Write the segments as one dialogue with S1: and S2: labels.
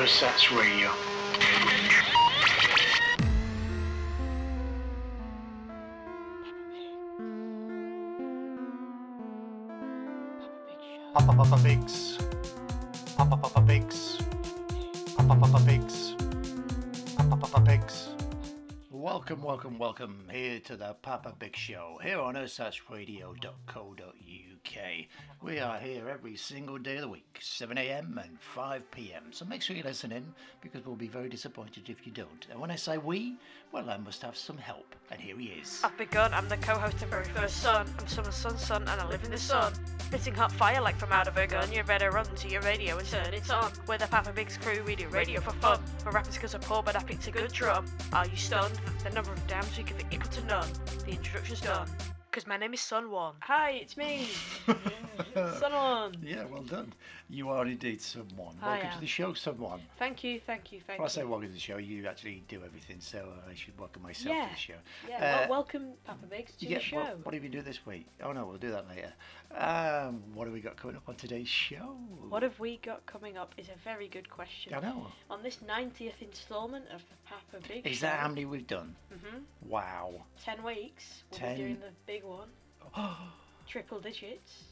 S1: Ersatz Radio. Papa Papa Bakes. Papa Papa Bakes. Papa Papa Bakes. Papa Papa Bakes. Welcome, welcome, welcome here to the Papa Big Show here on ursachradio.co.uk. We are here every single day of the week, 7 a.m. and 5 p.m. So make sure you listen in because we'll be very disappointed if you don't. And when I say we, well, I must have some help. And here he is.
S2: I've begun. I'm the co-host of Very First Sun. I'm Summer Sun Sun, and I live in the sun. Spitting hot fire like from out of a gun. You better run to your radio and turn it on. We're the Papa Big's crew. We do radio for fun. My rappers cause I'm poor, but I picked a good drum. Are you stunned? The number of dams we give it equal to none. The introduction's done. Cause my name is Sun One. Hi, it's me, Sun One.
S1: yeah, well done. You are indeed someone.
S2: I
S1: Welcome to
S2: am.
S1: the show, someone.
S2: Thank you, thank you, thank
S1: When I say
S2: you.
S1: welcome to the show, you actually do everything, so I should welcome myself
S2: Yeah,
S1: to the show.
S2: yeah. well,
S1: Uh,
S2: welcome, Papa Biggs, to
S1: yeah,
S2: the show.
S1: What, what have you do this week? Oh no, we'll do that later. Um, what have we got coming up on today's show?
S2: What have we got coming up is a very good question.
S1: I know.
S2: On this 90th instalment of the Papa Big
S1: Is that um, how many we've done?
S2: hmm
S1: Wow.
S2: 10 weeks. We'll
S1: Ten.
S2: be doing the big one. Triple digits.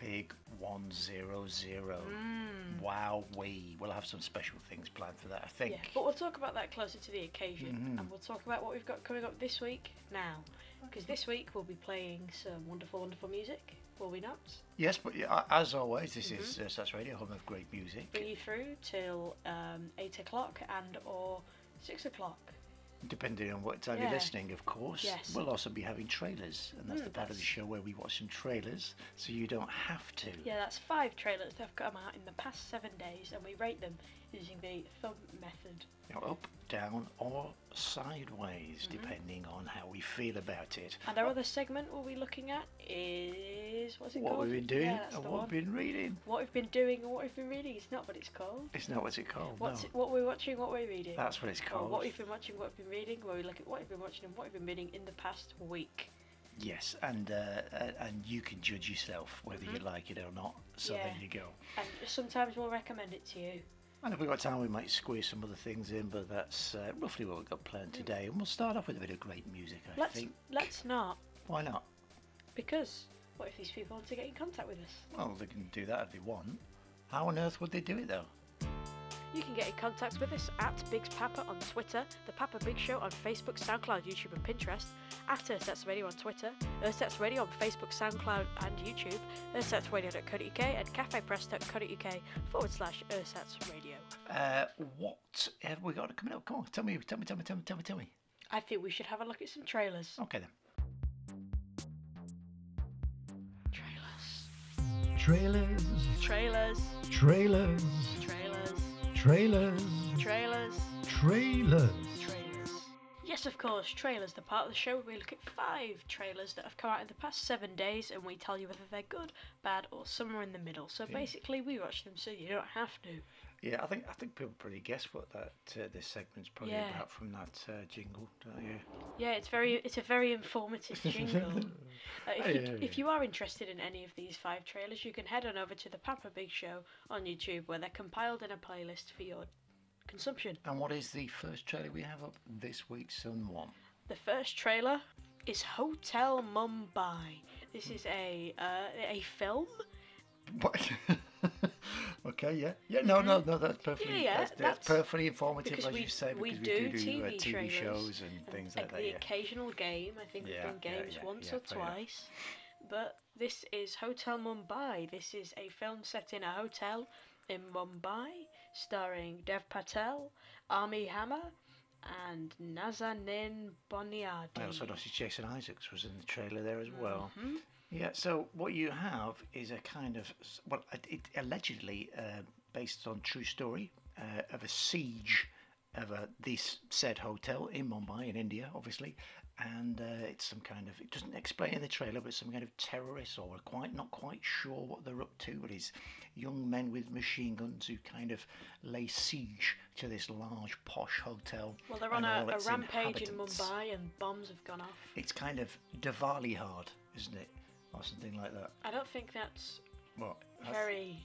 S1: Big one zero zero.
S2: Mm.
S1: Wow, we we'll have some special things planned for that. I think.
S2: Yeah, but we'll talk about that closer to the occasion.
S1: Mhm.
S2: And we'll talk about what we've got coming up this week now. Because this week we'll be playing some wonderful, wonderful music. Will we not?
S1: Yes, but yeah, a- as always, this is
S2: Mm-hmm.
S1: uh, Sats Radio, home of great music.
S2: Bring you through till um, 8 o'clock and or 6 o'clock.
S1: Depending on what time
S2: Yeah.
S1: you're listening, of course.
S2: Yes.
S1: We'll also be having trailers, and that's
S2: Mm,
S1: the part of the
S2: that's-
S1: show where we watch some trailers, so you don't have to.
S2: Yeah, that's five trailers that have come out in the past seven days, and we rate them using the thumb method.
S1: you know, up, down, or
S2: Mm-hmm.
S1: sideways, depending on how we feel about it.
S2: And our other segment we'll be looking at is what's it
S1: what
S2: called?
S1: we've been doing
S2: Yeah, that's
S1: and
S2: the
S1: what
S2: one.
S1: we've been reading.
S2: What we've been doing and what we've been reading. It's not what it's called.
S1: It's not what's it called?
S2: What's
S1: no.
S2: it, what we're watching, what we're reading.
S1: That's what it's
S2: Or
S1: called.
S2: what we've been watching, what we've been reading, where we look at what we've been watching and what we've been reading in the past week.
S1: Yes, and uh, uh, and you can judge yourself whether you like it or not. So there
S2: Mm-hmm. Yeah.
S1: you go.
S2: And sometimes we'll recommend it to you.
S1: And if we've got time, we might squeeze some other things in, but that's uh, roughly what we've got planned today. And we'll start off with a bit of great music, I
S2: Mm. Let's
S1: think.
S2: let's not
S1: Why not?
S2: because what if these people want to get in contact with us?
S1: Well, they can do that if they want. How on earth would they do it, though?
S2: You can get in contact with us at Big's Papa on Twitter, The Papa Big Show on Facebook, SoundCloud, YouTube, and Pinterest, at Ersatz Radio on Twitter, Ersatz Radio on Facebook, SoundCloud, and YouTube, ErsatzRadio.co.uk, and CafePress.co.uk forward slash Ersatz Radio.
S1: Uh, what have we got coming up? Come on, tell me, tell me, tell me, tell me, tell me, tell me.
S2: I think we should have a look at some trailers.
S1: Okay then.
S2: Trailers.
S3: Trailers,
S2: Trailers.
S3: trailers,
S2: Trailers.
S3: trailers,
S2: Trailers.
S3: trailers.
S2: Trailers. Yes, of course, trailers, the part of the show where we look at five trailers that have come out in the past seven days and we tell you whether they're good, bad, or somewhere in the middle. So basically, we watch them so you don't have to.
S1: Yeah, I think I think people probably guess what that uh, this segment's probably
S2: Yeah.
S1: about from that uh, jingle, don't you?
S2: Yeah, it's very it's a very informative jingle. Uh, if, you,
S1: Oh, Yeah, yeah,
S2: if you are interested in any of these five trailers, you can head on over to the Papa Big Show on YouTube where they're compiled in a playlist for your consumption.
S1: And what is the first trailer we have up this week, Sun One?
S2: The first trailer is Hotel Mumbai. This is a uh, a film.
S1: What? okay, yeah, yeah, no, no, no, that's perfectly,
S2: yeah,
S1: that's, that's
S2: that's-
S1: perfectly informative,
S2: because
S1: as
S2: we-
S1: you say, because
S2: we
S1: we, do,
S2: do
S1: uh,
S2: TV
S1: TV
S2: trailers
S1: shows and things
S2: and
S1: like that.
S2: the
S1: Yeah.
S2: occasional game. I think
S1: Yeah,
S2: we've
S1: yeah,
S2: done games
S1: yeah,
S2: once
S1: yeah,
S2: or
S1: fair enough.
S2: twice. But this is Hotel Mumbai. This is a film set in a hotel in Mumbai, starring Dev Patel, Army Hammer, and Nazanin Boniadi.
S1: I also noticed Jason Isaacs was in the trailer there as well.
S2: Mhm.
S1: Yeah, so what you have is a kind of s- well, it, it allegedly uh, based on true story uh, of a siege of a, this said hotel in Mumbai in India, obviously, and uh, it's some kind of it doesn't explain in the trailer, but some kind of terrorists or quite not quite sure what they're up to, but it's young men with machine guns who kind of lay siege to this large posh hotel.
S2: Well, they're on
S1: and
S2: a,
S1: all
S2: a
S1: its
S2: rampage in
S1: inhabitants
S2: Mumbai, and bombs have gone off.
S1: it's kind of Diwali hard, isn't it, or something like that?
S2: I don't think that's
S1: What? That's-
S2: very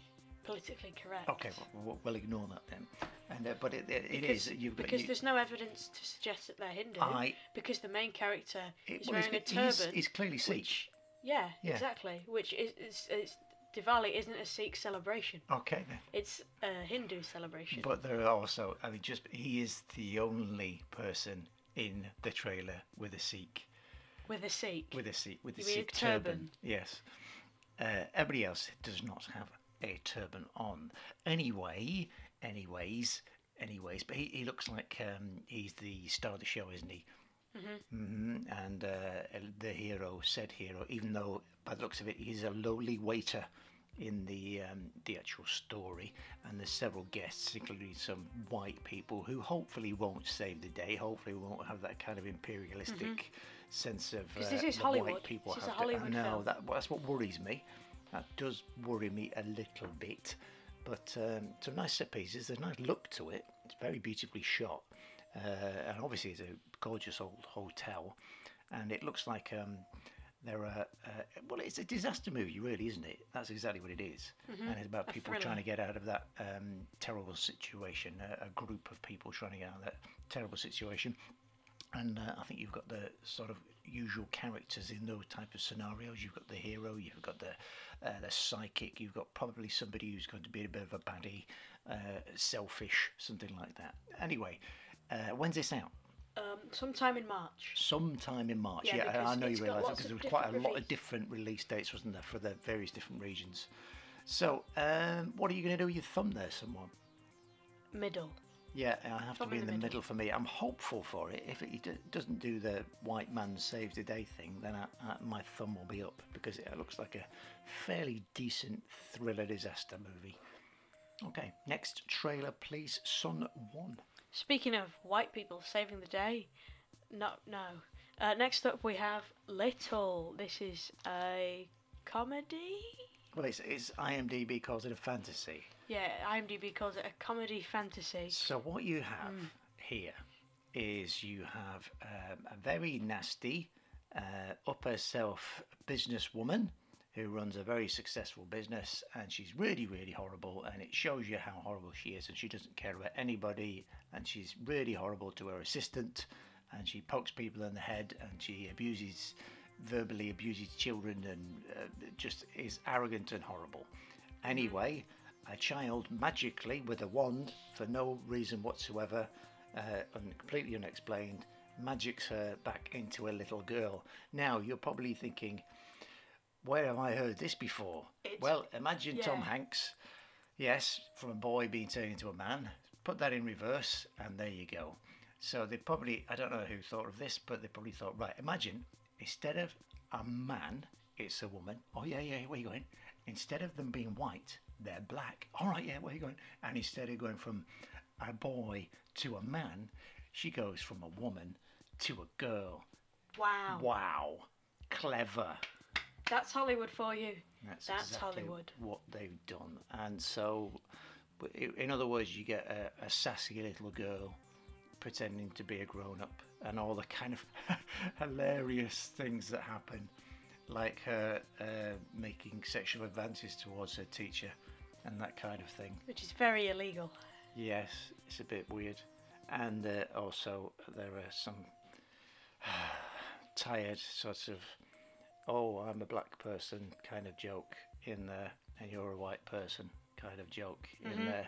S2: politically correct.
S1: Okay, well, we'll- we'll ignore that then. And uh, but it, it, it
S2: Because-
S1: is you've got
S2: because
S1: you-
S2: there's no evidence to suggest that they're Hindu.
S1: I-
S2: because the main character
S1: it-
S2: is
S1: well,
S2: wearing a
S1: it's, he's-
S2: turban.
S1: he's clearly Sikh.
S2: which- yeah,
S1: Yeah.
S2: exactly. Which is, is, is Diwali isn't a Sikh celebration;
S1: Okay, then.
S2: it's a Hindu celebration.
S1: But there are also, I mean, just he is the only person in the trailer with a Sikh,
S2: with a Sikh.
S1: with a Sikh, with a
S2: You mean a
S1: Sikh turban.
S2: turban?
S1: Yes. Uh, everybody else does not have a turban on. Anyway, anyways, anyways. But he, he looks like um, he's the star of the show, isn't he? hmm And uh, the hero, said hero, even though by the looks of it, he's a lowly waiter in the um, the actual story. And there's several guests, including some white people, who hopefully won't save the day. Hopefully, won't have that kind of imperialistic sense of
S2: Mm-hmm. 'Cause this
S1: uh,
S2: is
S1: the
S2: Hollywood.
S1: White people
S2: This is
S1: have
S2: a
S1: to- I
S2: Hollywood
S1: know,
S2: film.
S1: that that's what worries me. That does worry me a little bit. But um, some nice set pieces. There's a nice look to it. It's very beautifully shot, uh, and obviously it's a gorgeous old hotel. And it looks like um, there are uh, well, it's a disaster movie, really, isn't it? That's exactly what it is. And it's about
S2: Mm-hmm. A
S1: people
S2: thriller.
S1: trying to get out of that um, terrible situation. A, a group of people trying to get out of that terrible situation and uh, I think you've got the sort of usual characters in those type of scenarios. You've got the hero, you've got the uh, the psychic, you've got probably somebody who's going to be a bit of a baddie, uh, selfish, something like that. Anyway, uh, when's this out?
S2: Um, sometime in March.
S1: Sometime in March.
S2: Yeah,
S1: Yeah, I- I
S2: because
S1: know you
S2: it's got
S1: realise that
S2: lots
S1: because there
S2: of
S1: was quite a
S2: different
S1: lot
S2: release-
S1: of different release dates, wasn't there, for the various different regions. So, um, what are you going to do with your thumb there, someone?
S2: Middle.
S1: Yeah, I have to
S2: Thumb
S1: be
S2: in
S1: in the
S2: the
S1: middle. for me. I'm hopeful for it. If it do- doesn't do the white man saves the day thing, then I, I, my thumb will be up because it looks like a fairly decent thriller disaster movie. Okay, next trailer, please. Son One.
S2: Speaking of white people saving the day, no, no. Uh, next up we have Little. This is a comedy.
S1: Well, it's, it's IMDb calls it a fantasy.
S2: Yeah, IMDb calls it a comedy fantasy.
S1: So what you have here is you have um, a very nasty, uh, up herself businesswoman who runs a very successful business, and she's really, really horrible. And it shows you how horrible she is, and she doesn't care about anybody, and she's really horrible to her assistant, and she pokes people in the head, and she abuses, verbally abuses children, and uh, just is arrogant and horrible. Anyway, a child magically with a wand for no reason whatsoever uh, and completely unexplained magics her back into a little girl now you're probably thinking where have i heard this before
S2: It's-
S1: well imagine tom
S2: yeah.
S1: hanks yes from a boy being turned into a man put that in reverse and there you go so they probably i don't know who thought of this but they probably thought right imagine instead of a man it's a woman oh yeah yeah where you going instead of them being white they're black all right yeah where you going and instead of going from a boy to a man, she goes from a woman to a girl.
S2: Wow.
S1: Wow. Clever.
S2: That's Hollywood for you.
S1: That's,
S2: That's
S1: exactly
S2: Hollywood.
S1: what they've done. And so, w- i- in other words, you get a, a sassy little girl pretending to be a grown up and all the kind of hilarious things that happen, like her uh, making sexual advances towards her teacher and that kind of thing.
S2: Which is very illegal.
S1: Yes, it's a bit weird. And uh, also, there are some tired sort of, oh, I'm a black person kind of joke in there, and you're a white person kind of joke in there,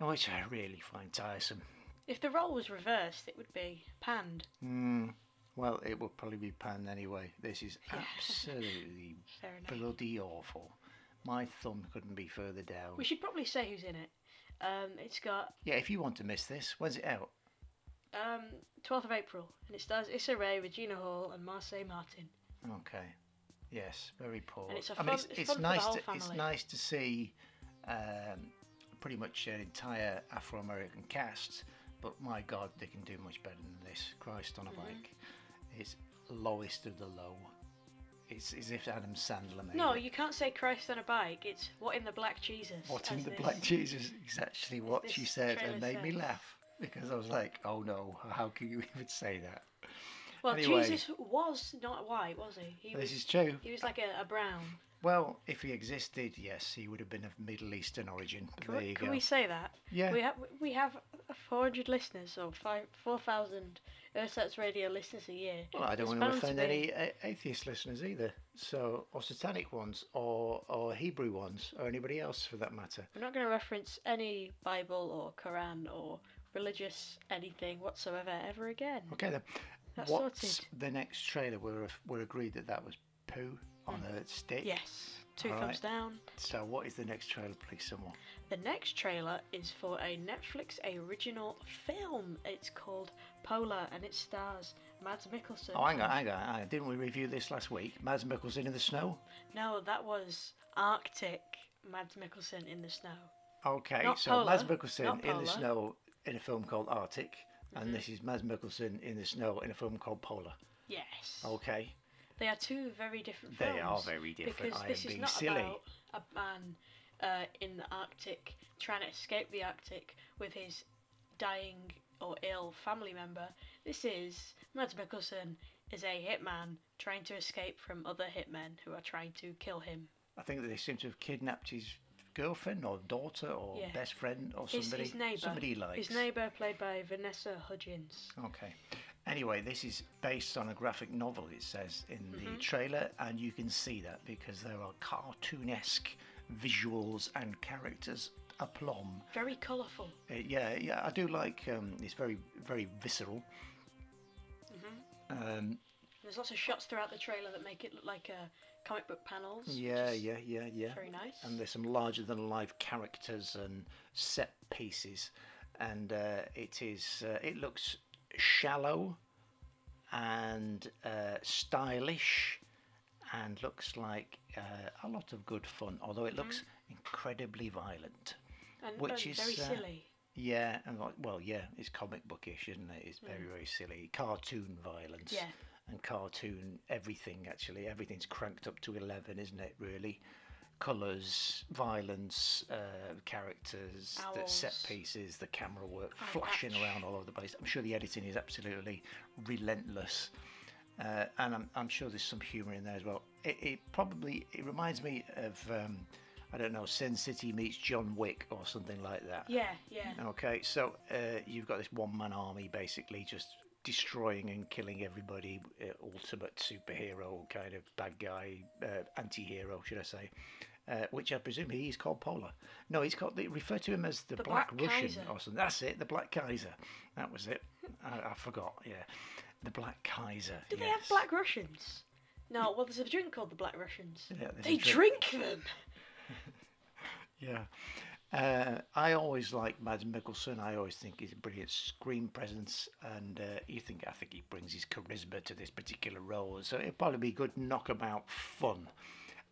S1: and which I really find tiresome.
S2: If the role was reversed, it would be panned.
S1: Mm, well, it will probably be panned anyway. This is absolutely
S2: Fair enough.
S1: bloody awful. My thumb couldn't be further down.
S2: We should probably say who's in it. Um, it's got
S1: Yeah, if you want to miss this, when's it out?
S2: um, 12th of April, and it stars Issa Rae, Regina Hall, and Marseille Martin.
S1: Okay. Yes, very poor.
S2: it's a
S1: I mean,
S2: fun-
S1: it's,
S2: it's fun for the
S1: nice
S2: whole
S1: to it's
S2: family.
S1: nice to see um, pretty much an entire Afro-American cast, but my God, they can do much better than this. Christ
S2: Mm-hmm.
S1: on a bike, it's lowest of the low. It's as if Adam Sandler made
S2: No,
S1: it.
S2: you can't say Christ on a bike. It's what in the black Jesus.
S1: What in
S2: as
S1: the
S2: this-
S1: Black Jesus? Exactly what she
S2: this
S1: said, and
S2: trailer
S1: made me
S2: says.
S1: laugh because I was like, "Oh no, how can you even say that?"
S2: Well,
S1: Anyway.
S2: Jesus was not white, was he? He was.
S1: This is true.
S2: He was like a, a brown.
S1: Well, if he existed, yes, he would have been of Middle Eastern origin. But
S2: Can,
S1: there
S2: we,
S1: you
S2: can
S1: go.
S2: we say that?
S1: Yeah.
S2: We have we have 400 listeners or five 4,000 Ersatz Radio listeners a year.
S1: Well, I don't want
S2: It's
S1: to
S2: bound
S1: offend
S2: be.
S1: any a- atheist listeners either, so or satanic ones, or or Hebrew ones, or anybody else for that matter.
S2: We're not going to reference any Bible or Quran or religious anything whatsoever ever again.
S1: Okay then.
S2: That's
S1: What's
S2: sorted.
S1: the next trailer? We're we're agreed that that was poo on
S2: Mm.
S1: a stick.
S2: Yes. Two
S1: All
S2: thumbs
S1: right.
S2: down.
S1: So what is the next trailer, please, someone?
S2: The next trailer is for a Netflix original film. It's called Polar and it stars Mads Mikkelsen.
S1: Oh, hang on, hang on, hang on. Didn't we review this last week? Mads Mikkelsen in the snow.
S2: No, that was Arctic Mads Mikkelsen in the snow.
S1: Okay,
S2: Not
S1: so Mads
S2: polar,
S1: Mikkelsen
S2: not
S1: in the
S2: polar. Mm-hmm.
S1: snow in a film called Arctic, and this is Mads Mikkelsen in the snow in a film called Polar.
S2: Yes.
S1: Okay.
S2: They are two very different films.
S1: They are very different.
S2: Because
S1: I
S2: this
S1: am
S2: is
S1: being
S2: not
S1: silly.
S2: about a man uh, in the Arctic trying to escape the Arctic with his dying or ill family member. This is Mads Mikkelsen is a hitman trying to escape from other hitmen who are trying to kill him.
S1: I think that they seem to have kidnapped his girlfriend or daughter or
S2: Yeah.
S1: best friend or
S2: His,
S1: somebody.
S2: his neighbor,
S1: Somebody he likes.
S2: his neighbor, played by Vanessa Hudgens.
S1: Okay. Anyway, this is based on a graphic novel, it says in
S2: Mm-hmm.
S1: the trailer, and you can see that because there are cartoonesque visuals and characters aplomb.
S2: Very colourful.
S1: Uh, yeah, yeah, I do like um, it's very, very visceral.
S2: Mm-hmm.
S1: Um,
S2: There's lots of shots throughout the trailer that make it look like uh, comic book panels. which
S1: yeah,
S2: is
S1: yeah, yeah, yeah.
S2: Very nice.
S1: and there's some larger than life characters and set pieces and uh, it is uh, it looks shallow and uh, stylish and looks like uh, a lot of good fun although it looks incredibly violent
S2: and,
S1: which
S2: and
S1: is,
S2: very
S1: uh,
S2: silly.
S1: yeah and like, well yeah it's comic bookish isn't it it's very very silly cartoon violence
S2: Mm. Yeah.
S1: and cartoon everything actually everything's cranked up to 11 isn't it really colors violence uh, characters the set
S2: Owls.
S1: pieces the camera work
S2: Oh,
S1: flashing
S2: ouch.
S1: around all over the place i'm sure the editing is absolutely relentless uh, and I'm, I'm sure there's some humor in there as well it, it probably it reminds me of um, i don't know sin city meets john wick or something like that
S2: Yeah, yeah.
S1: Okay, so uh, you've got this one-man army basically just destroying and killing everybody, uh, ultimate superhero kind of bad guy, uh, anti-hero, should I say? Uh, which I presume he is called Polar. No, he's called. They refer to him as the,
S2: The
S1: Black,
S2: Black
S1: Russian
S2: Kaiser.
S1: or something. That's it, the Black Kaiser. That was it. I, I forgot. Yeah, the Black Kaiser.
S2: Do they have Black Russians? No, well, there's a drink called the Black Russians.
S1: Yeah, there's a
S2: they drink. them!
S1: Yeah. Uh, I always like Mads Mikkelsen. I always think he's a brilliant screen presence, and uh, you think I think he brings his charisma to this particular role. So it'll probably be good knockabout fun.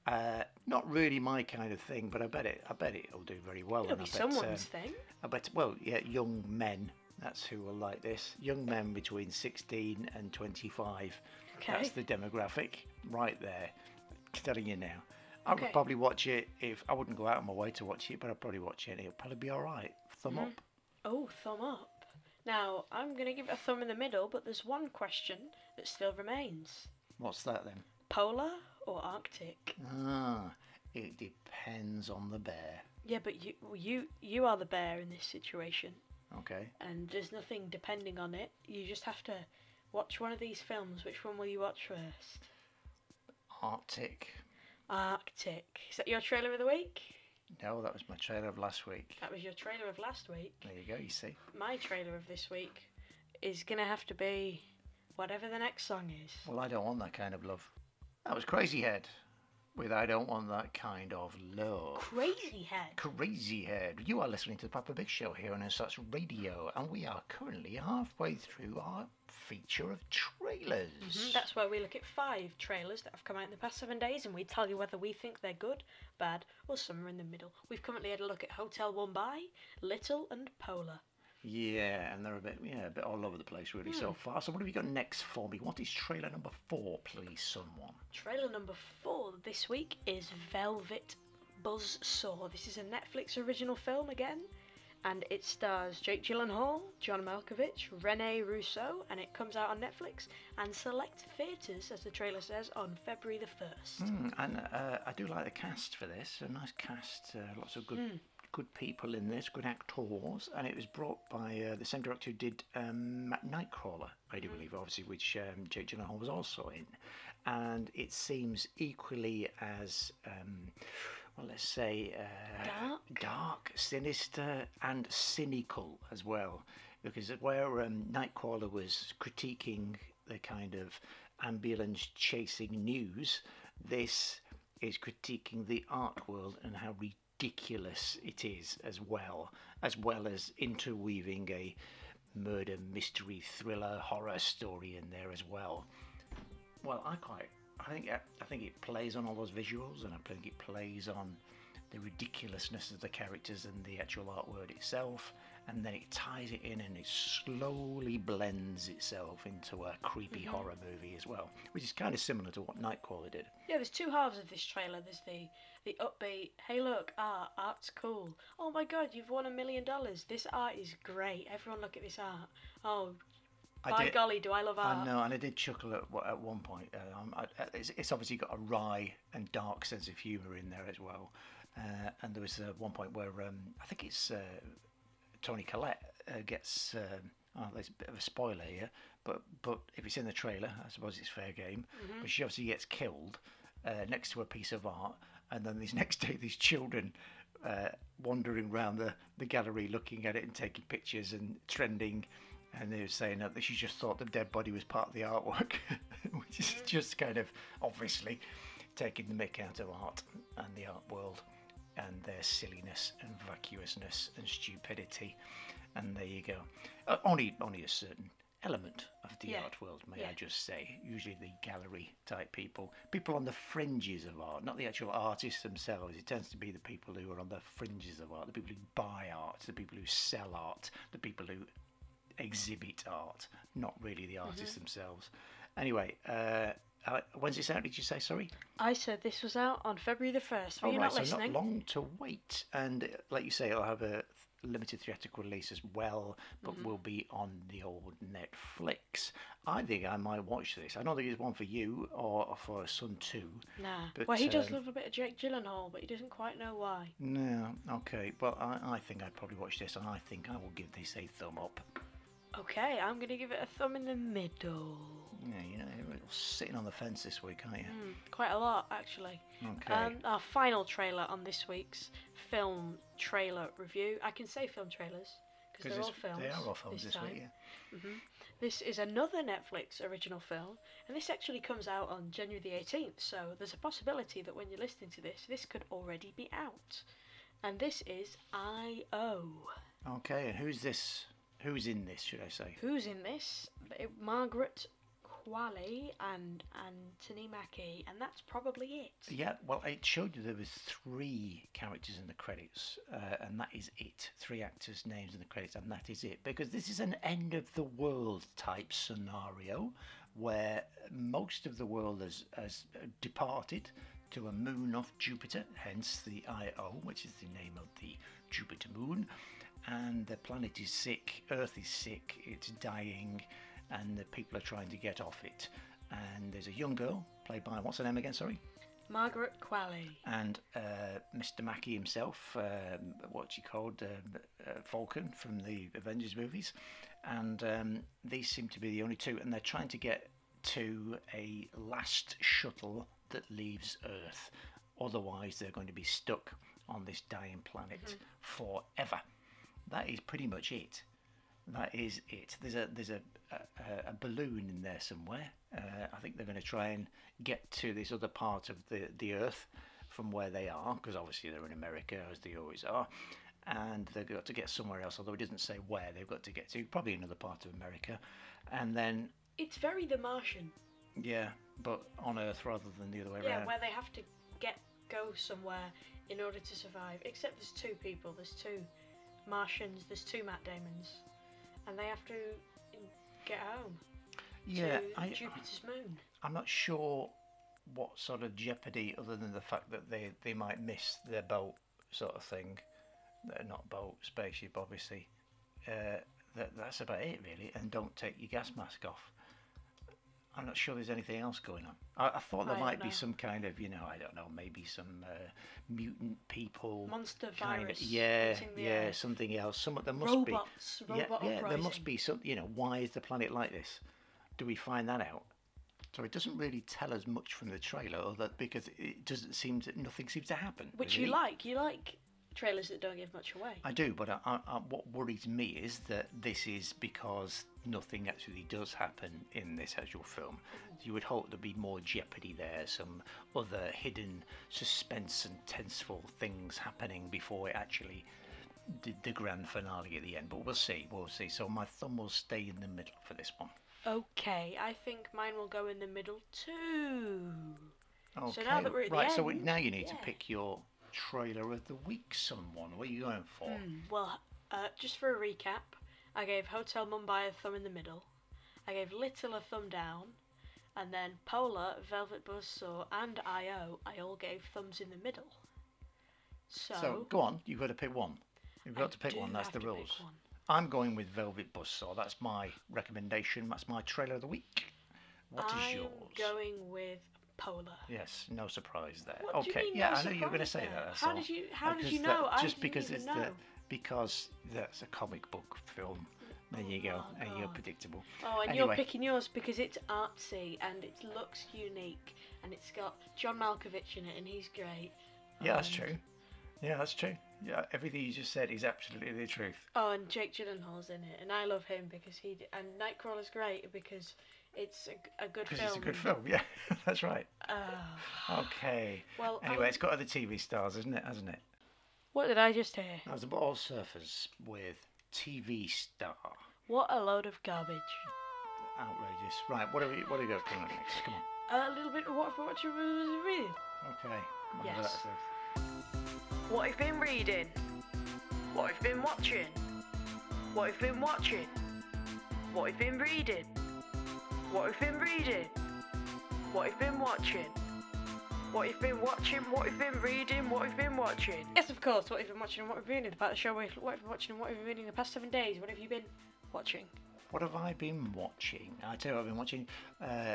S1: Uh, not really my kind of thing, but I bet it. I bet it'll do very well.
S2: It'll
S1: and
S2: be
S1: I bet, um,
S2: someone's thing.
S1: I bet. Well, yeah, young men. That's who will like this. Young men between 16 and 25. That's
S2: Okay.
S1: the demographic right there. Telling you now. I
S2: Okay.
S1: would probably watch it if I wouldn't go out of my way to watch it, but I'd probably watch it. and It'll probably be all right. Thumb up.
S2: Oh, thumb up. Now, I'm going to give it a thumb in the middle, but there's one question that still remains
S1: What's that then?
S2: Polar or Arctic?
S1: Ah, it depends on the bear.
S2: Yeah, but you, you, you are the bear in this situation,
S1: Okay.
S2: and there's nothing depending on it. You just have to watch one of these films. Which one will you watch first?
S1: Arctic.
S2: Arctic. Is that your trailer of the week?
S1: No, that was my trailer of last week.
S2: That was your trailer of last week.
S1: There you go. You see.
S2: my trailer of this week is gonna have to be whatever the next song is.
S1: Well, I don't want that kind of love. That was Crazy Head with I Don't Want That Kind of Love.
S2: Crazy Head.
S1: Crazy Head. You are listening to the Papa Big Show here on Ersatz Radio, and we are currently halfway through our feature of trailers.
S2: Mm-hmm. That's where we look at five trailers that have come out in the past seven days and we tell you whether we think they're good, bad, or somewhere in the middle. We've currently had a look at Hotel Mumbai, Little, and Polar.
S1: Yeah, and they're a bit yeah, a bit all over the place really so far. So what have you got next for me? What is trailer number four, please, someone?
S2: Trailer number four this week is Velvet Buzzsaw. This is a Netflix original film again, and it stars Jake Gyllenhaal, John Malkovich, Rene Russo, and it comes out on Netflix and select theatres, as the trailer says, on February the 1st.
S1: Mm, and uh, I do like the cast for this. A nice cast, uh, lots of good good people in this, good actors, and it was brought by uh, the same director who did um, Nightcrawler, I do believe, obviously, which um, Jake Gyllenhaal was also in. And it seems equally as, um, well, let's say, uh,
S2: Dark?
S1: dark, sinister, and cynical as well. Because where um, Nightcrawler was critiquing the kind of ambulance chasing news, this is critiquing the art world and how ridiculous it is as well, as well as interweaving a murder mystery thriller horror story in there as well. Well, I quite. I think uh, I think it plays on all those visuals, and I think it plays on the ridiculousness of the characters and the actual artwork itself, and then it ties it in and it slowly blends itself into a creepy horror movie as well, which is kind of similar to what Nightcrawler did.
S2: Yeah, there's two halves of this trailer. There's the the upbeat, hey look, art, art's cool. Oh my god, you've won a million dollars. This art is great. Everyone look at this art. Oh, by
S1: I did,
S2: golly, do I love art.
S1: I know, and I did chuckle at, wa- at one point. uh, Um, I, I- it's, it's obviously got a wry and dark sense of humour in there as well. Uh, and there was uh, one point where um, I think it's uh, Tony Collette uh, gets. Um, oh, there's a bit of a spoiler here, but but if it's in the trailer, I suppose it's fair game. But she obviously gets killed uh, next to a piece of art, and then this next day, these children. Uh, wandering round the, the gallery looking at it and taking pictures and trending and they were saying that she just thought the dead body was part of the artwork, which is just kind of obviously taking the mick out of art and the art world and their silliness and vacuousness and stupidity. And there you go. Uh, only, only a certain element of the
S2: Yeah.
S1: art world, may I
S2: Yeah.
S1: just say. Usually the gallery type people, people on the fringes of art, not the actual artists themselves. It tends to be the people who are on the fringes of art, the people who buy art, the people who sell art, the people who exhibit art, not really the artists
S2: Mm-hmm.
S1: themselves. Anyway, uh, uh, when's this out? Did you say sorry?
S2: I said this was out on February the 1st. Were
S1: All
S2: you
S1: right,
S2: not
S1: so
S2: listening?
S1: not long to wait, and uh, like you say, it'll have a th- limited theatrical release as well, but
S2: Mm-hmm.
S1: will be on the old Netflix. I think I might watch this. I don't think it's one for you or for Sun Two.
S2: Nah.
S1: But,
S2: well, he does
S1: um,
S2: love a bit of Jake Gyllenhaal, but he doesn't quite know why.
S1: No, okay. Well, I, I think I'd probably watch this, and I think I will give this a thumb up.
S2: Okay, I'm gonna give it a thumb in the middle.
S1: Yeah, you know, you're sitting on the fence this week, aren't you?
S2: Hmm, quite a lot, actually.
S1: Okay.
S2: Um, our final trailer on this week's film trailer review. I can say film trailers because they're all
S1: it's-
S2: films.
S1: they are all films
S2: this,
S1: this
S2: time.
S1: week, yeah.
S2: This is another Netflix original film, and this actually comes out on January the 18th, so there's a possibility that when you're listening to this, this could already be out. And this is I.O.
S1: Okay, and who's this? Who's in this, should I say?
S2: Who's in this? It- Margaret Qualley and Anthony Mackie, and that's probably it.
S1: Yeah, well, it showed you there was three characters in the credits, uh, and that is it. Three actors' names in the credits, and that is it. Because this is an end of the world type scenario, where most of the world has, has departed to a moon off Jupiter, hence the Io, which is the name of the Jupiter moon. And the planet is sick, Earth is sick, it's dying, and the people are trying to get off it. And there's a young girl, played by, what's her name again, sorry?
S2: Margaret Qualley.
S1: and uh, Mr. Mackey himself, um, what's he called, um, uh, Falcon from the Avengers movies, and um, these seem to be the only two, and they're trying to get to a last shuttle that leaves Earth. Otherwise, they're going to be stuck on this dying planet forever. That is pretty much it. That is it. There's a there's a a, a balloon in there somewhere. Uh, I think they're going to try and get to this other part of the the Earth from where they are, because obviously they're in America as they always are, and they've got to get somewhere else. Although it doesn't say where they've got to get to. Probably another part of America, and then
S2: It's very The Martian.
S1: yeah, but on Earth rather than the other way
S2: Yeah,
S1: around.
S2: where they have to get go somewhere in order to survive. Except there's two people. There's two Martians. There's two Matt Damons, and they have to get home
S1: yeah,
S2: to
S1: I,
S2: Jupiter's moon.
S1: I'm not sure what sort of jeopardy, other than the fact that they, they might miss their boat, sort of thing, that are not boat spaceship, obviously. Uh, that, that's about it, really. And don't take your gas mask off. I'm not sure there's anything else going on. I, I thought there
S2: I don't
S1: might be
S2: know.
S1: some kind of, you know, I don't know, maybe some uh, mutant people.
S2: Monster
S1: kind of-
S2: virus
S1: yeah,
S2: eating the
S1: yeah,
S2: Earth.
S1: something else. Some there must be.
S2: Robots, robot
S1: yeah, yeah, there
S2: uprising.
S1: must be some. You know, why is the planet like this? Do we find that out? So it doesn't really tell us much from the trailer, or that because it doesn't seem to, nothing seems to happen.
S2: Which
S1: really.
S2: you like. You like trailers that don't give much away.
S1: I do, but I, I, I, what worries me is that this is because nothing actually does happen in this actual film. You would hope there'd be more jeopardy there, some other hidden suspense and tenseful things happening before it actually did the grand finale at the end. But we'll see, we'll see. So my thumb will stay in the middle for this one.
S2: Okay, I think mine will go in the middle too.
S1: Okay.
S2: So now that we're at the
S1: right, so we,
S2: end,
S1: now you need
S2: yeah.
S1: to pick your trailer of the week, someone. What are you going for?
S2: Well, uh, just for a recap, I gave Hotel Mumbai a thumb in the middle. I gave Little a thumb down. And then Polar, Velvet Buzzsaw, and I.O. I all gave thumbs in the middle. So,
S1: So go on, you've got to pick one. You've got
S2: I
S1: to pick
S2: do
S1: one. That's
S2: have
S1: the
S2: to pick
S1: rules.
S2: one.
S1: I'm going with Velvet Buzzsaw. That's my recommendation. That's my trailer of the week. What is
S2: I'm
S1: yours?
S2: going with Polar.
S1: Yes, no surprise there.
S2: What do
S1: okay,
S2: you mean,
S1: yeah,
S2: no
S1: I know you were going to
S2: surprise
S1: say
S2: there?
S1: that. That's
S2: How
S1: all.
S2: did you- how did
S1: Because
S2: you
S1: that-
S2: know? I
S1: just
S2: didn't
S1: because
S2: even
S1: it's the
S2: know.
S1: because that's a comic book film. There you go,
S2: Oh,
S1: and you're
S2: God.
S1: predictable.
S2: Oh, and
S1: anyway,
S2: you're picking yours because it's artsy and it looks unique and it's got John Malkovich in it and he's great.
S1: yeah, that's
S2: and-
S1: true. Yeah, that's true. Yeah, everything you just said is absolutely the truth.
S2: Oh, and Jake Gyllenhaal's in it and I love him because he d- and Nightcrawler's great because it's a, g- a good
S1: Because
S2: film.
S1: it's a good film. Yeah, that's right.
S2: Oh.
S1: Okay.
S2: Well, I-
S1: anyway, it's got other TV stars, isn't it? Hasn't it?
S2: what did I just hear?
S1: That was the Ball Surfers with TV Star.
S2: What a load of garbage.
S1: Outrageous. Right, what are we what are we got coming up next? Come on.
S2: A little bit of what what you was reading.
S1: Okay.
S2: Yes. What I've been reading. What I've been watching. What I've been watching. What I've been reading. What I've been reading. What I've been watching. What I've been watching. What I've been reading. What I've been watching. Yes, of course. What I've been watching and what I've been reading about the show. What I've been watching and what I've been reading the past seven days. What have you been watching?
S1: What have I been watching? I tell you, what I've been watching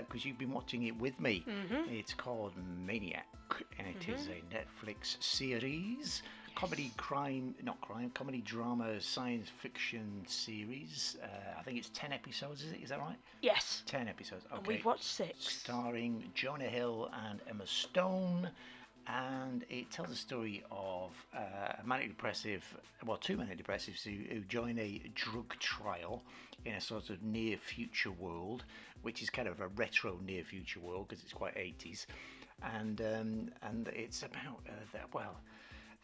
S1: because you've been watching it with me.
S2: Mm-hmm.
S1: It's called Maniac, and it is a Netflix series, comedy, crime, not crime, comedy, drama, science fiction series. Uh, I think it's ten episodes. Is it? Is that right?
S2: Yes.
S1: Ten episodes. Okay.
S2: And we've watched six.
S1: starring Jonah Hill and Emma Stone. And it tells the story of uh, a manic depressive, well, two manic depressives who, who join a drug trial in a sort of near future world, which is kind of a retro near future world because it's quite 80s. And um, and it's about uh, that, well,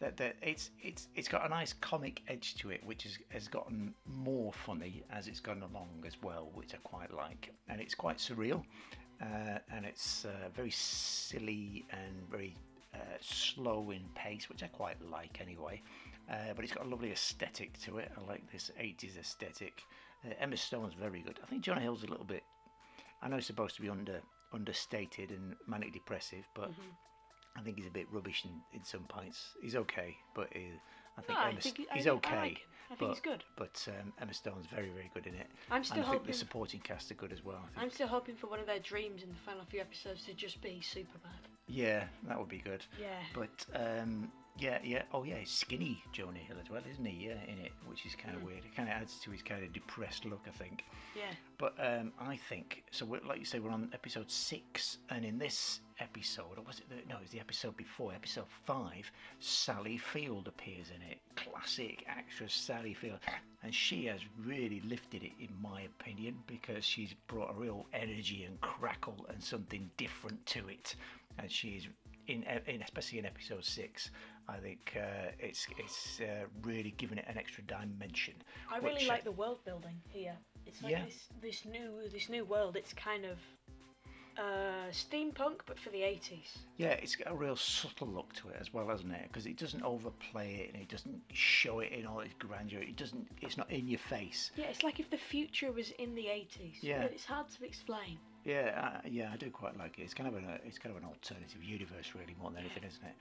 S1: that, that it's it's it's got a nice comic edge to it, which is, has gotten more funny as it's gone along as well, which I quite like, and it's quite surreal, uh, and it's uh, very silly and very uh, slow in pace, which I quite like anyway. Uh, but it's got a lovely aesthetic to it. I like this 80s aesthetic. Uh, Emma Stone's very good. I think John Hill's a little bit. I know he's supposed to be under understated and manic depressive, but
S2: Mm-hmm.
S1: I think he's a bit rubbish in, in some pints. He's okay, but he, I think
S2: No, I
S1: Emma,
S2: think he- I
S1: he's
S2: think- I
S1: okay.
S2: like him. I think
S1: but,
S2: he's good.
S1: But um, Emma Stone's very, very good in it.
S2: I'm still
S1: and I think
S2: hoping-
S1: the supporting cast are good as well. I think.
S2: I'm still hoping for one of their dreams in the final few episodes to just be Superbad.
S1: Yeah, that would be good.
S2: Yeah.
S1: But um, yeah, yeah. Oh yeah, he's skinny Jonah Hill as well, isn't he? Yeah, in it, which is kind of weird. It kind of adds to his kind of depressed look, I think.
S2: Yeah.
S1: But um, I think so. We're, like you say, we're on episode six, and in this episode, or was it? The, no, it was the episode before, episode five. Sally Field appears in it. Classic actress Sally Field, and she has really lifted it, in my opinion, because she's brought a real energy and crackle and something different to it, and she's in, in especially in episode six. I think uh, it's it's uh, really given it an extra dimension.
S2: I really
S1: which
S2: like the world building here. It's like
S1: Yeah.
S2: this this new this new world. It's kind of uh, steampunk, but for the eighties.
S1: Yeah, it's got a real subtle look to it as well, hasn't it? Because it doesn't overplay it and it doesn't show it in all its grandeur. It doesn't. It's not in your face.
S2: Yeah, it's like if the future was in the eighties.
S1: Yeah.
S2: it's hard to explain.
S1: Yeah, I, yeah, I do quite like it. It's kind of an uh, it's kind of an alternative universe, really, more than anything, isn't it?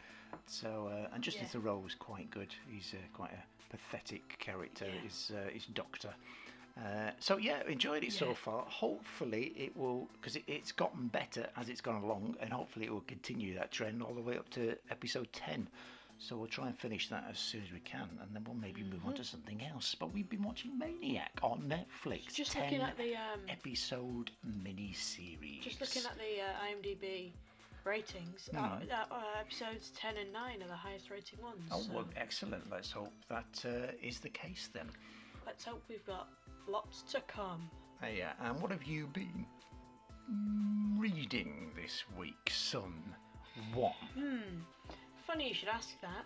S1: So, uh, and Justin
S2: Yeah.
S1: Thoreau was quite good. He's uh, quite a pathetic character.
S2: Yeah.
S1: His uh, his doctor. Uh, so yeah, enjoyed it so
S2: Yeah.
S1: far. Hopefully it will, because it, it's gotten better as it's gone along, and hopefully it will continue that trend all the way up to episode ten. So we'll try and finish that as soon as we can, and then we'll maybe move on
S2: Mm-hmm.
S1: to something else. But we've been watching Maniac on Netflix.
S2: Just
S1: 10
S2: looking at the um,
S1: episode mini series.
S2: just looking at the uh, IMDb ratings. uh,
S1: Alright.
S2: Uh, uh, episodes ten and nine are the highest rating ones.
S1: Oh,
S2: so
S1: well, excellent. Let's hope that uh, is the case then.
S2: let's hope we've got lots to come.
S1: Uh, yeah, and what have you been mm, reading this week, son? One.
S2: Funny you should ask that,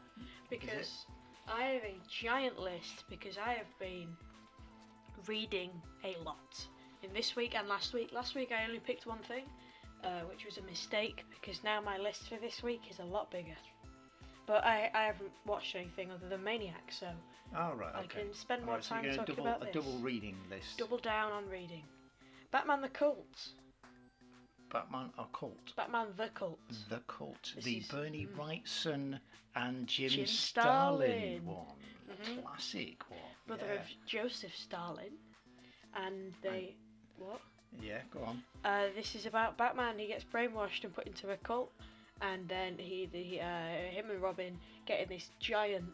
S2: because I have a giant list because I have been reading a lot in this week and last week. Last week I only picked one thing, uh, which was a mistake because now my list for this week is a lot bigger. But I, I haven't watched anything other than Maniac, so
S1: All right.
S2: I
S1: okay.
S2: can spend
S1: All
S2: more
S1: right, so you're
S2: time
S1: gonna
S2: talking
S1: double,
S2: about
S1: a double
S2: this.
S1: reading list.
S2: double down on reading. Batman the Cult.
S1: Batman Occult.
S2: Batman the Cult.
S1: The Cult.
S2: This
S1: the
S2: is- mm.
S1: Bernie Wrightson and Jim,
S2: Jim Mm-hmm.
S1: Starlin
S2: Starlin.
S1: one. Classic one.
S2: Brother
S1: yeah.
S2: of Joseph Stalin. And they. What?
S1: Yeah, go on.
S2: Uh, this is about Batman. He gets brainwashed and put into a cult, and then he, the, uh, him and Robin get in this giant,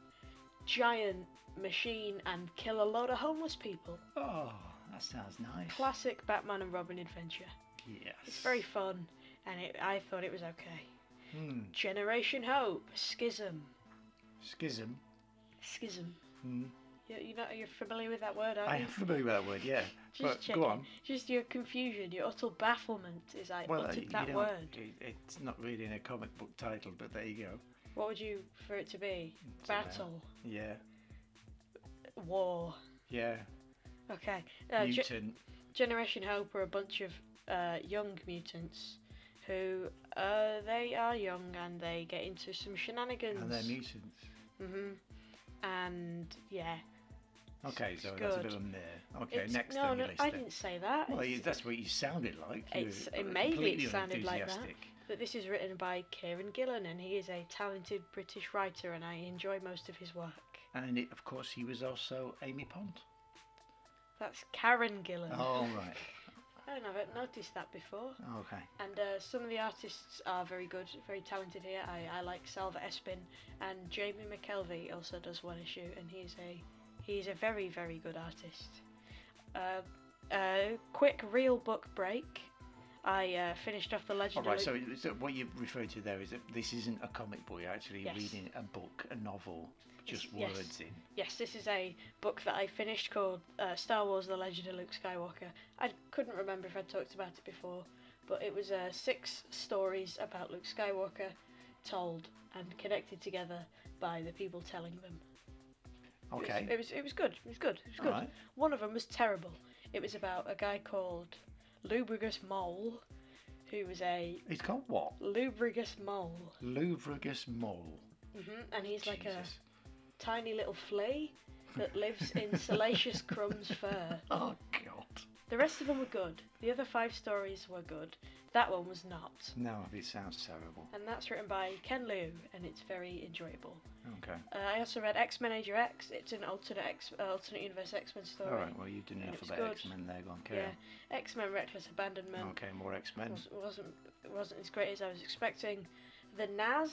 S2: giant machine and kill a load of homeless people.
S1: Oh, that sounds nice.
S2: Classic Batman and Robin adventure.
S1: Yes.
S2: It's very fun, and it, I thought it was okay.
S1: Hmm.
S2: Generation Hope, Schism,
S1: Schism.
S2: Schism.
S1: Hmm.
S2: You, you know, you're familiar with that word, aren't
S1: I
S2: you?
S1: am familiar with that word, yeah. but
S2: Just
S1: go
S2: checking.
S1: on.
S2: Just your confusion, your utter bafflement is I
S1: Well, uh,
S2: uttered
S1: you
S2: that
S1: don't-
S2: word.
S1: it- It's not really in a comic book title, but there you go.
S2: What would you for it to be?
S1: Dunno.
S2: Battle,
S1: Yeah,
S2: war.
S1: yeah.
S2: Okay. Uh, Ge-
S1: Mutant.
S2: Generation Hope are a bunch of uh, young mutants who uh, they are young and they get into some shenanigans.
S1: And they're mutants.
S2: hmm And yeah.
S1: Okay,
S2: It's
S1: so that's a
S2: good.
S1: bit on there. Okay,
S2: It's-
S1: next
S2: no,
S1: on
S2: no,
S1: your list.
S2: I
S1: then.
S2: didn't say that.
S1: Well, you,
S2: It's-
S1: that's what you sounded like. You
S2: it's-
S1: were
S2: it- maybe it
S1: completely
S2: sounded like that.
S1: unenthusiastic.
S2: But this is written by Kieran Gillen, and he is a talented British writer, and I enjoy most of his work.
S1: And it, of course, he was also Amy Pond.
S2: That's Karen Gillen.
S1: All right.
S2: I don't know, I've noticed that before.
S1: Okay.
S2: And uh, some of the artists are very good, very talented here. I, I like Salva Espin and Jamie McKelvey also does one issue, and he's a he's a very very good artist. Uh, uh, quick real book break. I uh, finished off the
S1: All
S2: legendary.
S1: right. So, it- so what you referred to there is that this isn't a comic book. You're actually
S2: Yes.
S1: reading a book, a novel, just
S2: yes.
S1: words in.
S2: Yes, this is a book that I finished called uh, Star Wars The Legend of Luke Skywalker. I couldn't remember if I talked about it before, but it was uh, six stories about Luke Skywalker told and connected together by the people telling them. It was-
S1: Okay.
S2: It was, it was good. It was good. It was good.
S1: Alright.
S2: One of them was terrible. It was about a guy called Lubrigus Mole, who was a
S1: It's called what?
S2: Lubrigus Mole.
S1: Lubrugus Mole.
S2: hmm And he's like a
S1: Jesus.
S2: tiny little flea that lives in Salacious Crumb's fur.
S1: Oh God.
S2: The rest of them were good. The other five stories were good. That one was not.
S1: No, it sounds terrible.
S2: And that's written by Ken Liu, and it's very enjoyable.
S1: Okay.
S2: Uh, I also read X Men Age of X. It's an alternate X, uh, alternate universe X Men story.
S1: All right. Well, you've done
S2: Yeah,
S1: enough
S2: it's
S1: about
S2: good.
S1: X Men. There, go on. Carry
S2: yeah, X Men Reckless Abandonment
S1: on. Okay, more X Men.
S2: was, wasn't wasn't as great as I was expecting. The Nas.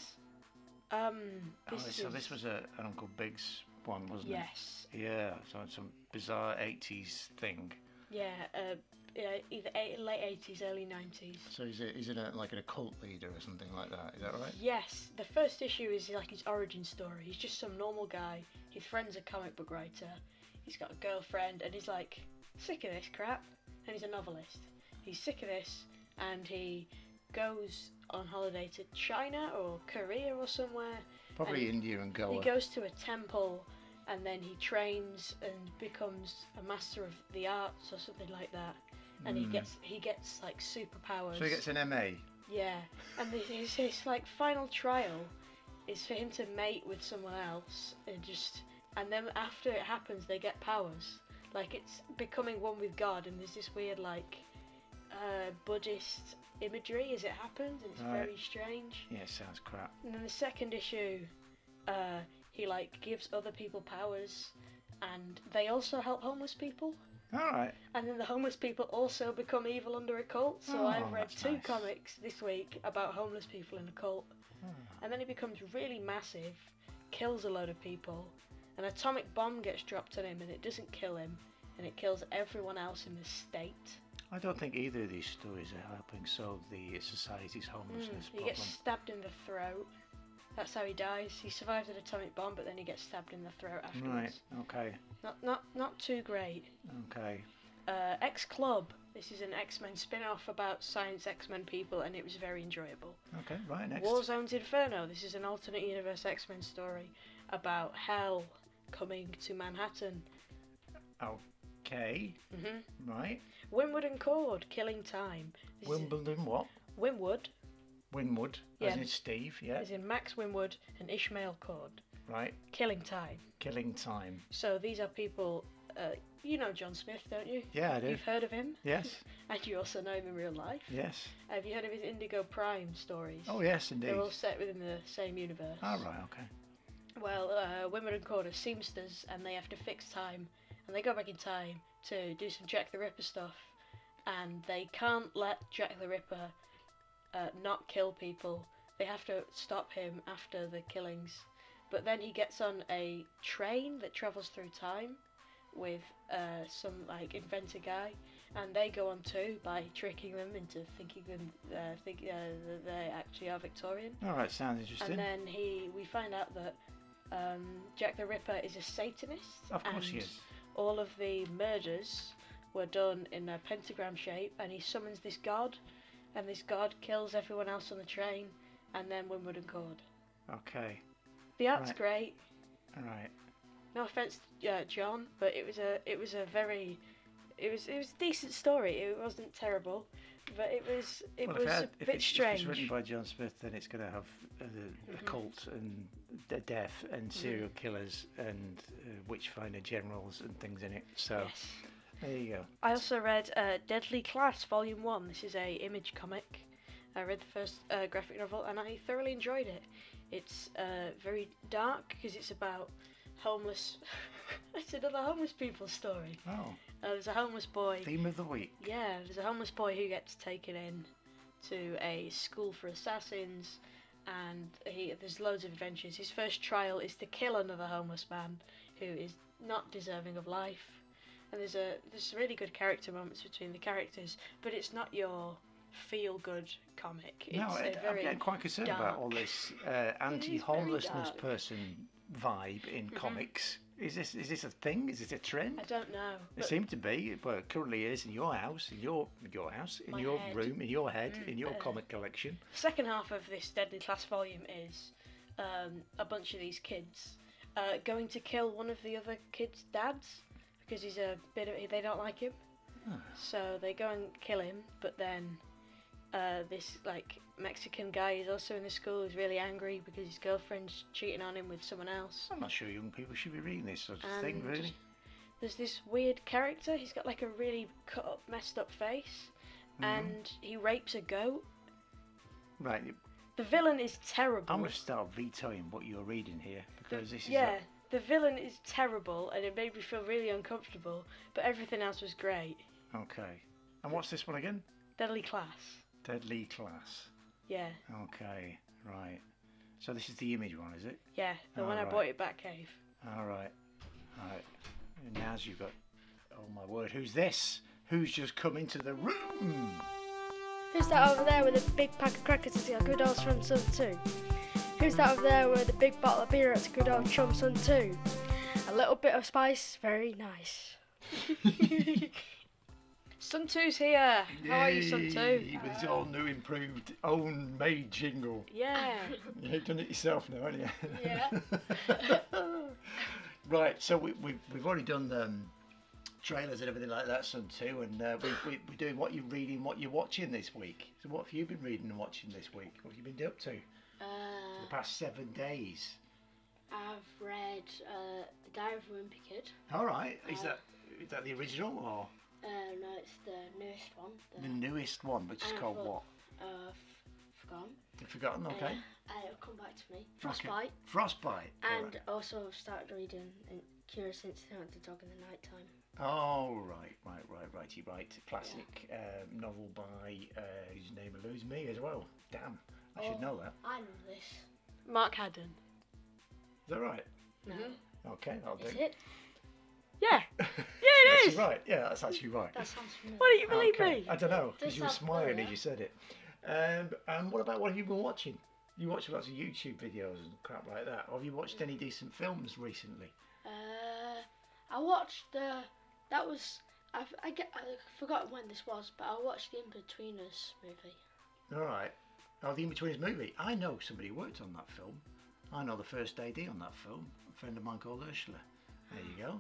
S2: Um,
S1: Oh,
S2: this
S1: so
S2: is,
S1: this was a, an Uncle Big's one, wasn't
S2: yes,
S1: it? Yeah. So it's some bizarre '80s thing.
S2: yeah, uh, yeah, either eight, late eighties, early nineties.
S1: So is it is it a, like an occult leader or something like that? Is that right?
S2: Yes, the first issue is like his origin story. He's just some normal guy. His friend's a comic book writer. He's got a girlfriend, and he's like sick of this crap. And he's a novelist. He's sick of this, and he goes on holiday to China or Korea or somewhere.
S1: Probably
S2: And
S1: India and Goa.
S2: He goes to a temple, and then he trains and becomes a master of the arts or something like that. And he gets he gets like superpowers.
S1: Hmm. so he gets an MA.
S2: Yeah, and this is his like final trial is for him to mate with someone else and just and then after it happens they get powers. Like it's becoming one with God and there's this weird like uh, Buddhist imagery as it happens, and it's
S1: Right.
S2: very strange.
S1: Yeah, sounds crap.
S2: And then the second issue, uh, he like gives other people powers, and they also help homeless people.
S1: All right.
S2: And then the homeless people also become evil under a cult. So
S1: Oh,
S2: I've read
S1: that's
S2: two
S1: nice.
S2: comics this week about homeless people in a cult.
S1: Hmm.
S2: And then he becomes really massive, kills a load of people. An atomic bomb gets dropped on him and it doesn't kill him, and it kills everyone else in the state.
S1: I don't think either of these stories are helping solve the society's homelessness
S2: Hmm. He
S1: problem.
S2: gets stabbed in the throat. That's how he dies. He survives an atomic bomb, but then he gets stabbed in the throat afterwards.
S1: Right. Okay.
S2: Not, not, not too great.
S1: Okay.
S2: uh, X Club. This is an X Men spin off about science X Men people, and it was very enjoyable.
S1: Okay. Right. Next.
S2: Warzone's Inferno. This is an alternate universe X Men story about hell coming to Manhattan.
S1: Okay.
S2: hmm
S1: Right.
S2: Winwood and Cord, Killing Time. This
S1: Wimbledon. What?
S2: Is, Winwood
S1: Winwood. As
S2: Yeah.
S1: in Steve. Yeah.
S2: is in Max Winwood and Ishmael Cord.
S1: Right.
S2: Killing Time.
S1: Killing time.
S2: So these are people. Uh, you know John Smith, don't you?
S1: Yeah, I do.
S2: You've heard of him,
S1: Yes.
S2: and you also know him in real life.
S1: Yes.
S2: Have you heard of his Indigo Prime stories?
S1: Oh yes, indeed. Ah,
S2: They're all set within the same universe.
S1: All right. Okay.
S2: Well, uh, women and corner seamsters, and they have to fix time, and they go back in time to do some Jack the Ripper stuff, and they can't let Jack the Ripper uh, not kill people. They have to stop him after the killings, but then he gets on a train that travels through time with uh, some like inventor guy, and they go on too by tricking them into thinking them uh, think uh, that they actually are Victorian.
S1: All right. Sounds interesting.
S2: And then he, we find out that um, Jack the Ripper is a Satanist.
S1: of course
S2: and
S1: he is.
S2: All of the murders were done in a pentagram shape, and he summons this god, and this god kills everyone else on the train, and then Winwood and Cord.
S1: Okay.
S2: The art's
S1: Right.
S2: great.
S1: All right.
S2: No offense, uh, John, but it was a, it was a very, it was, it was a decent story. It wasn't terrible, but it was, it
S1: well,
S2: was
S1: if, had,
S2: a
S1: if,
S2: bit
S1: it's,
S2: strange.
S1: if it's written by John Smith, then it's going to have uh, the
S2: Mhm.
S1: occult and d- death and
S2: Mm-hmm.
S1: serial killers and uh, witchfinder generals and things in it. So
S2: Yes.
S1: there you go.
S2: I also read uh, Deadly Class Volume 1. This is a image comic. I read the first uh, graphic novel and I thoroughly enjoyed it. It's uh, very dark because it's about homeless. it's another homeless people story.
S1: Oh,
S2: Uh, there's a homeless boy.
S1: theme of the week.
S2: Yeah, there's a homeless boy who gets taken in to a school for assassins, and he there's loads of adventures. His first trial is to kill another homeless man who is not deserving of life, and there's a there's some really good character moments between the characters, but it's not your feel good comic. It's
S1: No,
S2: a
S1: I, I'm
S2: very
S1: getting quite concerned about all this uh, anti-homelessness
S2: dark. Mm-hmm.
S1: person vibe in comics. Is this is this a thing? Is it a trend?
S2: I don't know.
S1: It
S2: but
S1: seemed to be, well, it currently is in your house, in your your house, in
S2: My
S1: your
S2: head.
S1: room, in your head, in your
S2: uh,
S1: comic collection.
S2: second half of this Deadly Class volume is um, a bunch of these kids uh, going to kill one of the other kids' dads because he's a bit of they don't like him, so they go and kill him. But then uh, this like Mexican guy is also in the school who's really angry because his girlfriend's cheating on him with someone else.
S1: I'm not sure young people should be reading this sort of thing,
S2: And
S1: really.
S2: There's this weird character. He's got like a really cut up, messed up face, and he rapes a goat.
S1: Right,
S2: The villain is terrible.
S1: I'm going to start vetoing what you're reading here because this is a-
S2: yeah, the villain is terrible, and it made me feel really uncomfortable. But everything else was great.
S1: okay. And what's this one again?
S2: Deadly Class.
S1: Deadly Class.
S2: Yeah,
S1: Okay, right. So this is the image one, is it?
S2: yeah. The one I
S1: Alright.
S2: bought at Batcave.
S1: All right, all right. And now's you've got. Oh my word! Who's this? Who's just come into the room?
S4: Who's that over there with a big pack of crackers at your good old Chum Sun too? Who's that over there with a big bottle of beer at good old Chum Sun too? A little bit of spice, very nice.
S2: Sun Two's here. How are you, Sun Two?
S1: Yay, With his all new, improved, own made jingle.
S2: Yeah.
S1: You've done it yourself now, haven't you?
S4: Yeah.
S1: right, so we, we, we've already done the um, trailers and everything like that, Sun too, and uh, we, we, we're doing what you're reading, what you're watching this week. So, what have you been reading and watching this week? What have you been up to the
S5: Uh,
S1: past seven days?
S5: I've read uh, The Diary of a Wimpy Kid.
S1: All right, is that is that the original or
S5: Uh, no, it's the newest one.
S1: The
S5: The,
S1: newest one, which is
S5: I
S1: called
S5: thought-
S1: what?
S5: Uh, f- forgotten.
S1: You've forgotten?
S5: Uh,
S1: Okay.
S5: uh, it'll come back to me. Frostbite.
S1: Frostbite. all
S5: And
S1: right.
S5: also I've started reading and Curious Incident of the Dog in the Nighttime.
S1: Oh, right, right, right, righty, right. Classic um, novel by, uh, whose name eludes me as well. Damn, I should
S5: Oh.
S1: know that.
S5: I know this.
S2: Mark Haddon.
S1: Is that right?
S5: No.
S1: Mm-hmm. Okay, that'll do.
S5: Is it?
S2: Yeah. Yeah, it
S1: That's
S2: is.
S1: right, yeah, that's actually right.
S5: That sounds familiar.
S2: Why don't you believe
S1: Okay,
S2: me?
S1: I don't know,
S5: Does
S1: because you were
S5: that
S1: smiling
S5: matter?
S1: as you said it. Um, and what about what have you been watching? You watch lots of YouTube videos and crap like that. Have you watched any decent films recently?
S5: Uh, I watched the. That was. I, I, get, I forgot when this was, but I watched the In Between Us movie.
S1: All right. Oh, the Inbetweeners movie. I know somebody who worked on that film. I know the first AD on that film. A friend of mine called Ursula. There you go.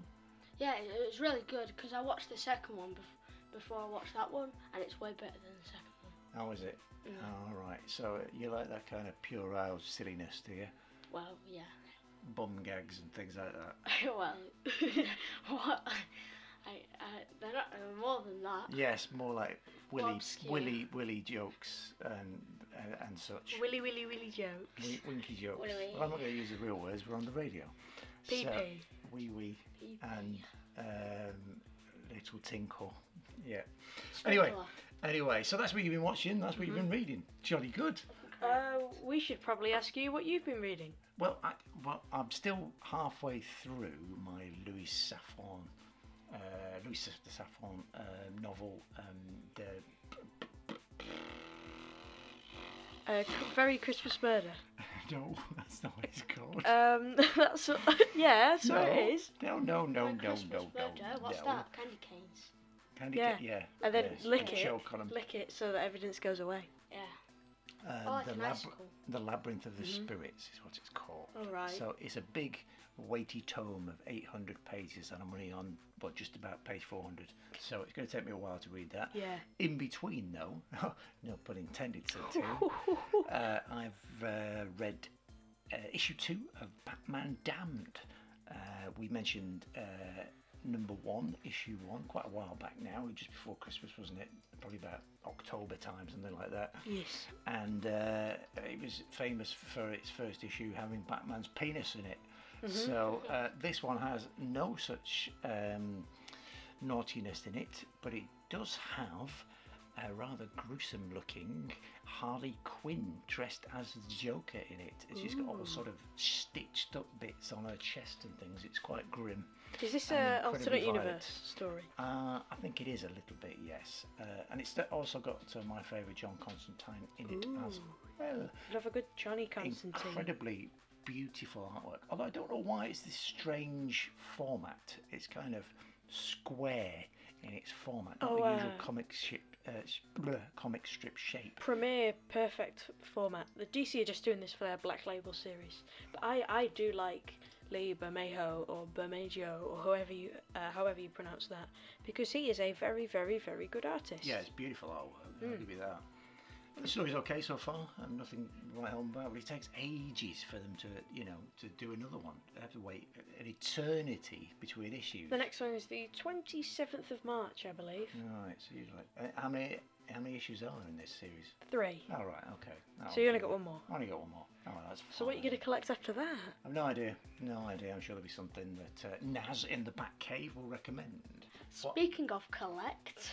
S5: Yeah, it, it was really good because I watched the second one bef- before I watched that one, and it's way better than the second one.
S1: How was it? All right. So uh, you like that kind of pure owl silliness, do you?
S5: Well, yeah.
S1: Bum gags and things like that.
S5: well, what? I, I, they're not they're more than that.
S1: Yes, more like willy,
S5: Obscure.
S1: willy, willy jokes and and, and such.
S2: Willy Willy Willy joke.
S1: Win- winky jokes.
S5: Willy.
S1: Well, I'm not going to use the real words. We're on the radio.
S2: PP.
S1: So, wee wee
S5: Pee-pee.
S1: and um, little tinkle. Yeah.
S5: Sprinkler.
S1: Anyway, anyway, so that's what you've been watching. That's what
S2: Mm-hmm.
S1: you've been reading. Jolly good.
S2: Uh, we should probably ask you what you've been reading.
S1: Well, I, well, I'm still halfway through my Louis Safon, uh, Louis Sa- de Safon uh, novel. Um, the,
S2: Uh, C- very Christmas Murder.
S1: no, that's not what it's called.
S2: Um, that's what, yeah, so
S1: no,
S2: it is.
S1: No, no, no,
S5: Like
S1: no,
S5: Christmas
S1: no, no,
S5: Murder, What's
S1: no.
S5: that? Candy canes.
S1: Candy
S2: Yeah.
S1: yeah. yeah.
S2: And then
S1: yes,
S2: lick
S1: you
S2: it,
S1: Choke on 'em.
S2: lick Oh, it so that evidence goes away.
S5: Yeah. Oh,
S1: Um,
S5: I like
S1: the,
S5: an
S1: lab-
S5: icicle.
S1: the Labyrinth of the
S2: Mm-hmm.
S1: Spirits is what it's called.
S2: All right.
S1: So it's a big, weighty tome of 800 pages, and I'm only on, well, just about page 400. So it's going to take me a while to read that.
S2: Yeah.
S1: In between, though, no pun intended, so too, uh, I've uh, read uh, issue two of Batman Damned. Uh, we mentioned uh, number one, issue one, quite a while back now, just before Christmas, wasn't it? Probably about October time, something like that
S2: Yes.
S1: and uh, it was famous for its first issue having Batman's penis in it.
S2: Mm-hmm.
S1: So uh, this one has no such um, naughtiness in it, but it does have a rather gruesome looking Harley Quinn dressed as the Joker in it. And She's got all sort of stitched up bits on her chest and things. It's quite grim.
S2: Is this
S1: And incredibly
S2: a alternate
S1: violent.
S2: universe story?
S1: Uh, I think it is a little bit, yes. Uh, and it's also got uh, my favourite John Constantine in it as well.
S2: Love a good Johnny Constantine.
S1: incredibly beautiful artwork. Although I don't know why it's this strange format. It's kind of square in its format, not the
S2: Oh,
S1: usual
S2: uh,
S1: comic strip, uh, s- bleh, comic strip shape.
S2: Premiere perfect format. The DC are just doing this for their Black Label series, but I, I do like Lee Bermejo or Bermejo or however you uh, however you pronounce that because he is a very very very good artist.
S1: Yeah, it's beautiful artwork.
S2: Hmm.
S1: I'll give you that. The story's okay so far. I'm nothing right home about, but it takes ages for them to, you know, to do another one. They have to wait an eternity between issues.
S2: The next one is the 27th of March, I believe.
S1: Right, so you're like, uh, how many how many issues are there in this series?
S2: Three.
S1: All right, Mm. Oh, okay.
S2: So you only got one more.
S1: I only got one more. Oh, that's
S2: So what are you
S1: fine.
S2: going to collect after that?
S1: I've no idea. No idea. I'm sure there'll be something that uh, Naz in the back cave will recommend. What-
S5: Speaking of collect,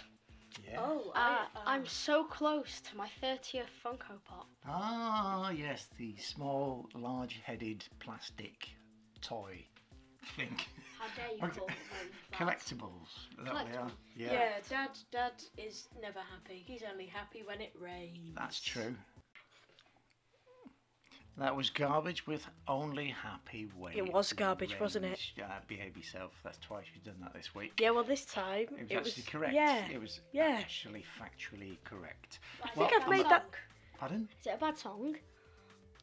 S1: Yeah.
S2: Oh,
S5: uh, I'm so close to my 30th Funko Pop.
S1: Ah, yes, the small, large-headed plastic toy thing.
S5: How dare you
S1: Okay.
S5: call them that?
S1: Collectibles. That they are.
S5: Collectibles.
S1: Yeah.
S2: Dad. Dad is never happy. He's only happy when it rains.
S1: That's true. That was garbage with only happy way.
S2: It was garbage, wasn't it?
S1: Yeah, behave yourself. That's twice you've done that this week.
S2: Yeah, well, this time
S1: It was
S2: it
S1: actually
S2: was
S1: correct.
S2: Yeah,
S1: It was
S2: yeah.
S1: actually factually correct.
S5: I
S1: Well,
S2: think I've
S1: I'm
S2: made
S1: not-
S2: that.
S1: Pardon?
S5: Is it a bad song?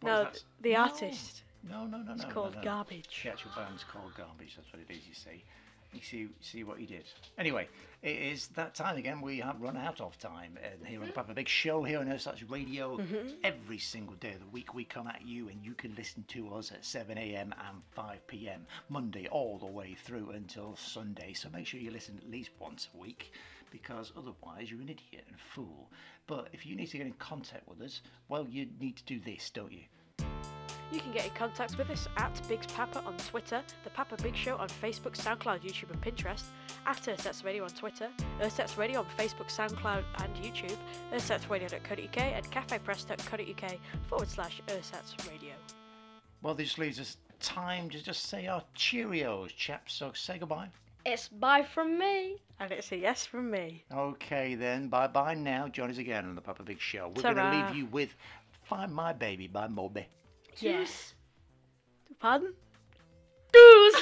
S1: What was
S2: No,
S1: that?
S2: th- the
S1: No.
S2: artist
S1: No, no, no, no.
S2: It's
S1: no,
S2: called
S1: no.
S2: Garbage.
S1: The actual band's called Garbage. That's what it is. You see, You see, see what he did. Anyway, it is that time again. We have run out of time and here on the Papa Big Show here on Earth's Radio. Every single day of the week, we come at you and you can listen to us at 7 a.m. and 5 p.m. Monday all the way through until Sunday. So make sure you listen at least once a week because otherwise you're an idiot and a fool. But if you need to get in contact with us, well, you need to do this, don't you?
S2: You can get in contact with us at Bigs Papa on Twitter, The Papa Big Show on Facebook, SoundCloud, YouTube, and Pinterest, at Ersets Radio on Twitter, Ersets Radio on Facebook, SoundCloud, and YouTube, ersetsradio.co.uk, and cafepress.co.uk forward slash Ersets Radio.
S1: Well, this leaves us time to just say our cheerios, chaps. So say goodbye.
S4: It's bye from me.
S2: And it's a yes from me.
S1: Okay, then. Bye bye now. Johnny's again on the Papa Big Show. We're going to
S2: Ta-ra.
S1: leave you with Find My Baby by Moby.
S2: Yes. Pardon?
S4: Doos.